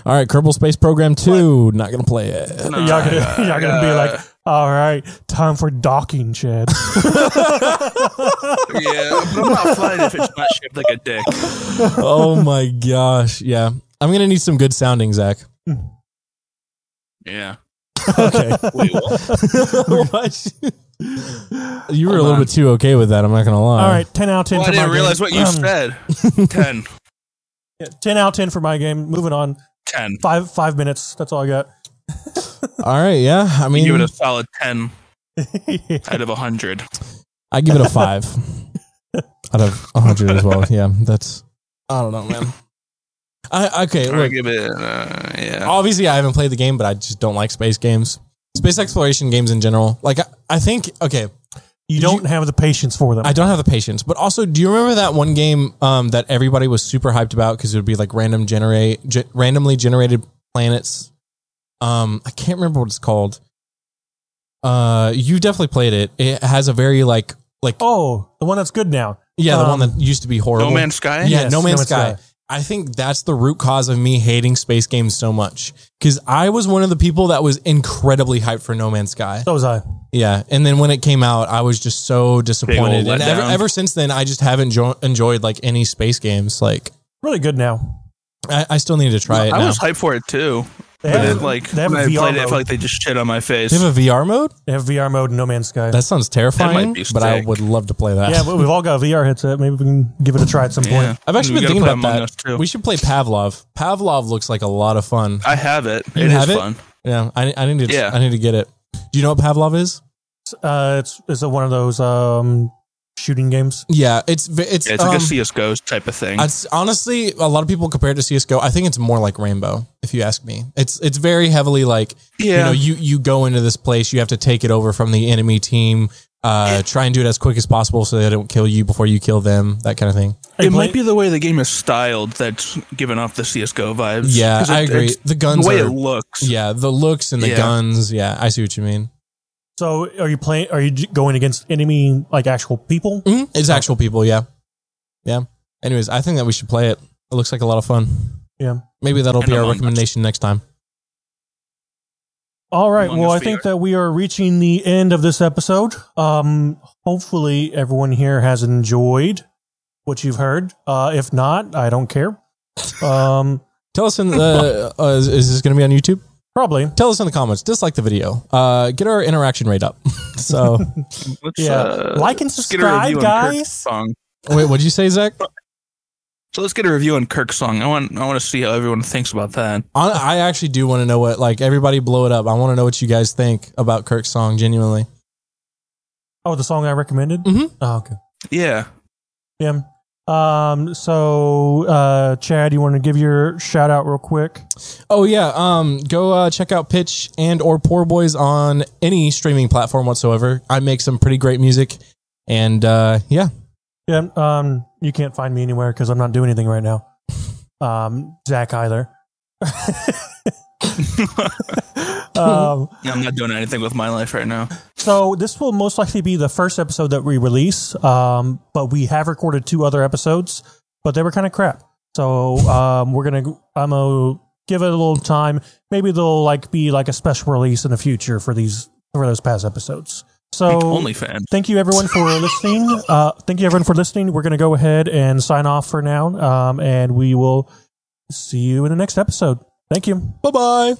Speaker 2: all right, Kerbal Space Program Two. Not gonna play it.
Speaker 3: No,
Speaker 1: y'all gonna,
Speaker 3: I-
Speaker 1: y'all gonna be like, all right, time for docking,
Speaker 3: <laughs>
Speaker 1: Chad. <laughs>
Speaker 3: yeah, but I'm not flying if it's not shaped like a dick.
Speaker 2: <laughs> oh my gosh, yeah. I'm gonna need some good sounding, Zach.
Speaker 3: Yeah. <laughs>
Speaker 2: Okay.
Speaker 3: Wait, what?
Speaker 2: What? you were a
Speaker 3: Hold
Speaker 2: little
Speaker 3: on.
Speaker 2: bit too okay with that. I'm not gonna lie.
Speaker 1: all right, ten out of <laughs> ten.
Speaker 3: Well, I
Speaker 1: for my
Speaker 3: didn't
Speaker 1: game.
Speaker 3: realize what you
Speaker 1: Um, <laughs>
Speaker 3: said. 10.
Speaker 1: yeah, Ten out of ten for my game. Moving on.
Speaker 3: 10.
Speaker 1: Five five minutes. That's all I got. <laughs>
Speaker 2: all right. Yeah. I
Speaker 3: You
Speaker 2: mean,
Speaker 3: give it a solid 10
Speaker 1: yeah.
Speaker 3: out of 100.
Speaker 2: I give it a
Speaker 3: <laughs>
Speaker 2: five out of hundred as well. Yeah, that's. I don't know, man. I okay.
Speaker 3: Or I
Speaker 2: Look,
Speaker 3: give it, uh, yeah.
Speaker 2: obviously I haven't played the game, but I just don't like space games, space exploration games in general. Like I, I think, okay,
Speaker 1: You
Speaker 2: Did
Speaker 1: don't have the patience for them.
Speaker 2: I don't have the patience. But also, do you remember that one game um, that everybody was super hyped about because it would be like random generate, ge- randomly generated planets? Um, I can't remember what it's called. Uh, you definitely played it. It has a very like like
Speaker 1: oh, the one that's good now.
Speaker 2: yeah, the
Speaker 1: um,
Speaker 2: one that used to be horrible.
Speaker 3: No Man's Sky?
Speaker 2: Yeah,
Speaker 1: Yes,
Speaker 2: No Man's Sky. I think that's the root cause of me hating space games so much because I was one of the people that was incredibly hyped for No Man's Sky.
Speaker 1: So was uh, I.
Speaker 2: Yeah, and then when it came out, I was just so disappointed. And ever,
Speaker 3: letdown.
Speaker 2: ever since then, I just haven't jo- enjoyed like any space games. Like
Speaker 1: Really good now.
Speaker 2: I, I still need to try it
Speaker 3: I
Speaker 2: now.
Speaker 3: was hyped for it too.
Speaker 1: They
Speaker 3: But
Speaker 1: have,
Speaker 3: it, like,
Speaker 1: they have
Speaker 3: when
Speaker 1: a
Speaker 3: I
Speaker 1: VR
Speaker 3: played it, I
Speaker 1: mode.
Speaker 3: felt like they just shit on my face.
Speaker 2: Do you have a VR mode?
Speaker 1: they have VR mode in No Man's Sky.
Speaker 2: That sounds terrifying,
Speaker 3: be
Speaker 2: but I
Speaker 3: sick.
Speaker 2: would love to play that.
Speaker 1: yeah, but we've all got a VR headset. Maybe we can give it a try at some
Speaker 3: Yeah.
Speaker 1: point.
Speaker 2: I've
Speaker 3: We
Speaker 2: actually been
Speaker 3: gotta
Speaker 2: thinking
Speaker 3: play
Speaker 2: about
Speaker 3: Among
Speaker 2: that.
Speaker 3: Us, too.
Speaker 2: We should play Pavlov. Pavlov looks like a lot of fun.
Speaker 3: I have it. It
Speaker 2: You
Speaker 3: is
Speaker 2: have it?
Speaker 3: fun.
Speaker 2: Yeah, I, I need to.
Speaker 3: Yeah.
Speaker 2: I need to get it. Do you know what Pavlov is?
Speaker 1: Uh, it's it's a, one of those um, shooting games.
Speaker 2: Yeah, it's v- it's,
Speaker 3: Yeah, it's like
Speaker 2: um,
Speaker 3: a CS:GO type of thing.
Speaker 2: It's honestly a lot of people compare it to CS:GO. I think it's more like Rainbow, if you ask me. It's it's very heavily like you
Speaker 3: yeah,
Speaker 2: know you you go into this place, you have to take it over from the enemy team. Uh, try and do it as quick as possible so they don't kill you before you kill them. That kind of thing.
Speaker 1: Hey,
Speaker 3: it
Speaker 1: play-
Speaker 3: might be the way the game is styled that's giving off the CS:GO vibes.
Speaker 2: Yeah,
Speaker 3: 'Cause it-
Speaker 2: I agree.
Speaker 3: it's-
Speaker 2: The
Speaker 3: The
Speaker 2: guns
Speaker 3: way
Speaker 2: are
Speaker 3: it looks.
Speaker 2: yeah, the looks and the
Speaker 3: Yeah.
Speaker 2: guns. Yeah, I see what you mean.
Speaker 1: So, are you playing? Are you j- going against enemy like actual people?
Speaker 2: Mhm.
Speaker 3: Mm-hmm.
Speaker 2: It's actual people. Yeah, yeah. Anyways, I think that we should play it. It looks like a lot of fun.
Speaker 1: Yeah.
Speaker 2: Maybe that'll
Speaker 3: And
Speaker 2: be our
Speaker 3: Among Us.
Speaker 2: recommendation next time.
Speaker 1: All right.
Speaker 3: Among
Speaker 1: Well, I
Speaker 3: Us
Speaker 1: think
Speaker 3: VR.
Speaker 1: that we are reaching the end of this episode. Um, hopefully, everyone here has enjoyed what you've heard. Uh, if not, I don't care. Um, <laughs>
Speaker 2: Tell
Speaker 3: <laughs>
Speaker 2: us in the uh, is, is this going to be on YouTube?
Speaker 1: probably.
Speaker 2: Tell us in the comments. Dislike the video. Uh, get our interaction rate up. <laughs> so
Speaker 3: Let's,
Speaker 1: Yeah.
Speaker 3: uh,
Speaker 1: like and
Speaker 3: let's get a review
Speaker 1: subscribe,
Speaker 3: on Kirk's
Speaker 1: guys.
Speaker 3: Song.
Speaker 2: wait, what'd you say, Zach?
Speaker 3: So let's get a review on Kirk's song. I want I want to see how everyone thinks about that.
Speaker 2: On, I actually do want to know what like everybody blow it up. I want to know what you guys think about Kirk's song. Genuinely,
Speaker 1: Oh, the song I recommended.
Speaker 2: Mhm.
Speaker 1: Oh, okay.
Speaker 3: Yeah.
Speaker 1: Yeah. Um, so, uh, Chad, you want to give your shout out real quick?
Speaker 2: Oh yeah, um, go uh, check out Pitch and or Poor Boys on any streaming platform whatsoever. I make some pretty great music, and uh, yeah,
Speaker 1: Yeah. Um, you can't find me anywhere because I'm not doing anything right now. Um, Zach
Speaker 3: <laughs>
Speaker 1: either. <laughs> um,
Speaker 3: I'm not doing anything with my life right now.
Speaker 1: so this will most likely be the first episode that we release. Um, but we have recorded two other episodes, but they were kind of crap. So um, we're gonna I'm gonna give it a little time. Maybe there'll like be like a special release in the future for these for those past episodes. So
Speaker 3: Only fan.
Speaker 1: thank you everyone for <laughs> listening. Uh, thank you everyone for listening. We're going to go ahead and sign off for now, um, and we will see you in the next episode. Thank you.
Speaker 2: bye bye.